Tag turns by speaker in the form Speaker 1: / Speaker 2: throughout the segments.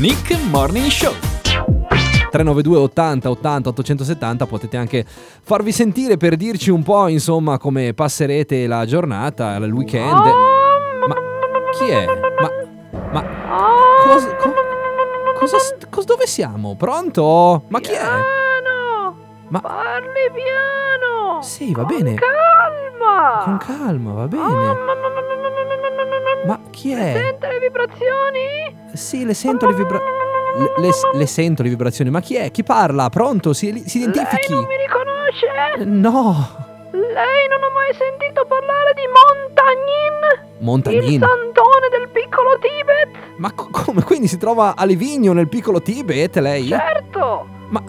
Speaker 1: Nick Morning Show. 392 80 80 870 potete anche farvi sentire per dirci un po' insomma come passerete la giornata, il weekend. Ma chi è? Ma, ma cosa, co- cosa, st- cos- dove siamo? Pronto? Ma chi è?
Speaker 2: Piano!
Speaker 1: Ma-
Speaker 2: Parli piano!
Speaker 1: Sì, va
Speaker 2: Con
Speaker 1: bene.
Speaker 2: Calma!
Speaker 1: Con calma, va
Speaker 2: Oh,
Speaker 1: bene.
Speaker 2: ma- ma- ma- ma- ma- ma- ma- ma- ma- ma-
Speaker 1: Ma chi è?
Speaker 2: Sente le vibrazioni?
Speaker 1: Sì, le sento le vibrazioni. Le, le- le sento le vibrazioni, ma chi è? Chi parla? Pronto? Si, si identifichi?
Speaker 2: Lei non mi riconosce?
Speaker 1: No,
Speaker 2: Lei non ha mai sentito parlare di Montagnin? Il
Speaker 1: Montagnin.
Speaker 2: santone del piccolo Tibet?
Speaker 1: Ma co- come? Quindi si trova a Livigno, nel piccolo Tibet, lei?
Speaker 2: Certo!
Speaker 1: Ma-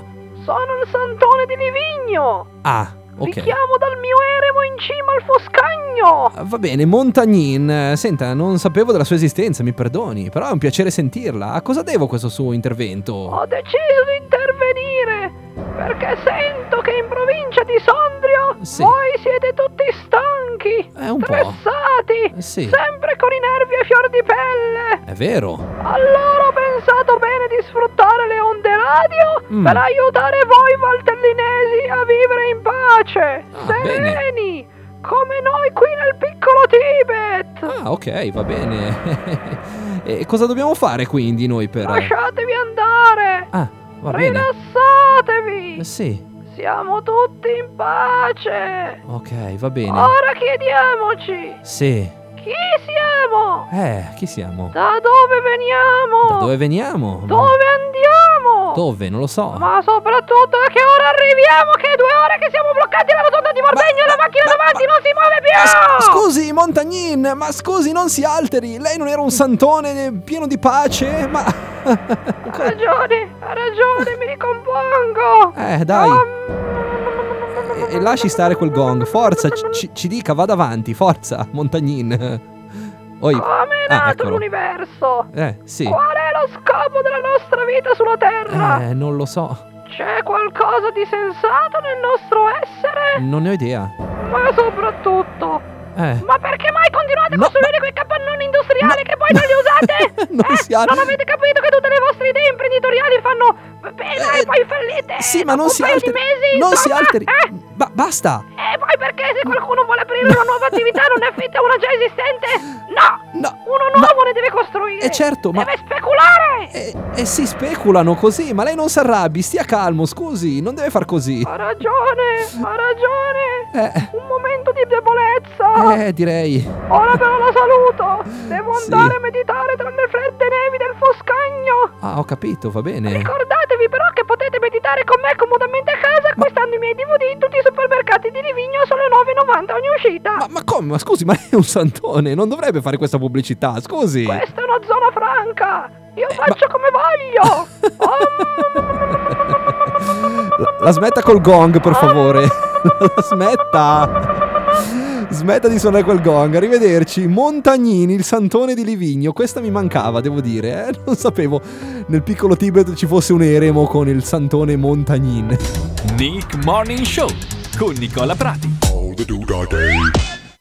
Speaker 2: Sono il santone di Livigno!
Speaker 1: Ah,
Speaker 2: Vi
Speaker 1: ok.
Speaker 2: chiamo dal mio eremo in cima al Foscagno!
Speaker 1: Ah, Va bene, Montagnin. eh, Senta, non sapevo della sua esistenza, mi perdoni, però è un piacere sentirla. A cosa devo questo suo intervento?
Speaker 2: Ho deciso di intervenire perché sento che in provincia di Sondrio
Speaker 1: Sì.
Speaker 2: voi siete tutti stanchi,
Speaker 1: Eh, un po'. Eh,
Speaker 2: stressati,
Speaker 1: Sì,
Speaker 2: sempre con i nervi a fior di pelle.
Speaker 1: è vero.
Speaker 2: Allora ho pensato bene di sfruttare le onde radio
Speaker 1: Mm.
Speaker 2: per aiutare voi valtellinesi a vivere in pace,
Speaker 1: Ah,
Speaker 2: sereni, come noi qui nel piccolo Tibet.
Speaker 1: Ah, ok, va bene. e cosa dobbiamo fare quindi noi per...
Speaker 2: Lasciatevi andare,
Speaker 1: Ah, va bene.
Speaker 2: rilassatevi.
Speaker 1: Eh, Sì,
Speaker 2: Siamo tutti in pace.
Speaker 1: ok, va bene.
Speaker 2: Ora chiediamoci
Speaker 1: Sì.
Speaker 2: chi siamo,
Speaker 1: Eh, chi siamo?
Speaker 2: da dove veniamo,
Speaker 1: Da dove veniamo?
Speaker 2: dove andiamo,
Speaker 1: Dove? Non lo so.
Speaker 2: ma soprattutto a che ora arriviamo, che è due ore che siamo bloccati alla rotonda di Mordegno e la
Speaker 1: ma-
Speaker 2: macchina
Speaker 1: ma-
Speaker 2: davanti
Speaker 1: ma-
Speaker 2: non si muove più.
Speaker 1: Ma Eh, s- Scusi, Montagnin, ma scusi, non si alteri. Lei non era un santone eh, pieno di pace? Ma.
Speaker 2: Ha ragione, ha ragione, mi ricompongo.
Speaker 1: Eh, dai.
Speaker 2: Oh,
Speaker 1: E, e lasci stare quel gong. Forza, ci- ci, ci dica, vada avanti. Forza, Montagnin. Oi.
Speaker 2: Come è
Speaker 1: Ah,
Speaker 2: nato
Speaker 1: eccolo.
Speaker 2: l'universo?
Speaker 1: Eh, sì.
Speaker 2: Qual è lo scopo della nostra vita sulla Terra?
Speaker 1: Eh, non lo so.
Speaker 2: C'è qualcosa di sensato nel nostro essere?
Speaker 1: Non ne ho idea.
Speaker 2: Ma soprattutto,
Speaker 1: Eh.
Speaker 2: ma perché mai continuate a
Speaker 1: No,
Speaker 2: costruire quei capannoni industriali
Speaker 1: No.
Speaker 2: che poi non li usate?
Speaker 1: Non
Speaker 2: Eh,
Speaker 1: si ha-
Speaker 2: Non avete capito che tutte le vostre idee imprenditoriali fanno pena
Speaker 1: Eh,
Speaker 2: e poi fallite?
Speaker 1: Sì,
Speaker 2: dopo
Speaker 1: ma non
Speaker 2: un
Speaker 1: si
Speaker 2: paio di
Speaker 1: alteri.
Speaker 2: mesi,
Speaker 1: Non si
Speaker 2: insomma,
Speaker 1: alteri.
Speaker 2: eh?
Speaker 1: Ba- basta.
Speaker 2: E poi perché se qualcuno vuole aprire una nuova attività non ne affitta una già esistente? No!
Speaker 1: No.
Speaker 2: Uno
Speaker 1: Ma-
Speaker 2: nuovo ne deve costruire!
Speaker 1: Eh, certo, ma- Eh.
Speaker 2: Deve speculare!
Speaker 1: E, e si speculano così, ma lei non si arrabbi, stia calmo, scusi, non deve far così.
Speaker 2: Ha ragione, ha ragione!
Speaker 1: Eh,
Speaker 2: Un momento di debolezza!
Speaker 1: eh direi.
Speaker 2: Ora però la saluto! Devo
Speaker 1: Sì.
Speaker 2: andare a meditare tra le fredde nevi del Foscagno!
Speaker 1: Ah, ho capito, va bene.
Speaker 2: Ricordatevi però che potete meditare con me comodamente a casa acquistando i miei DVD in tutti i supermercati di Livigno sono 9,90 ogni uscita!
Speaker 1: Ma, ma come? Ma scusi, ma lei è un santone, non dovrebbe fare questa pubblicità, scusi.
Speaker 2: Questa è una zona franca! Io faccio come voglio!
Speaker 1: La, la smetta col gong, per favore. La smetta. Smetta di suonare quel gong. Arrivederci. Montagnini, il santone di Livigno. Questa mi mancava, devo dire. eh. Non sapevo nel piccolo Tibet ci fosse un eremo con il santone Montagnin.
Speaker 3: Nick Morning Show con Nicola Prati.
Speaker 4: All the do da day.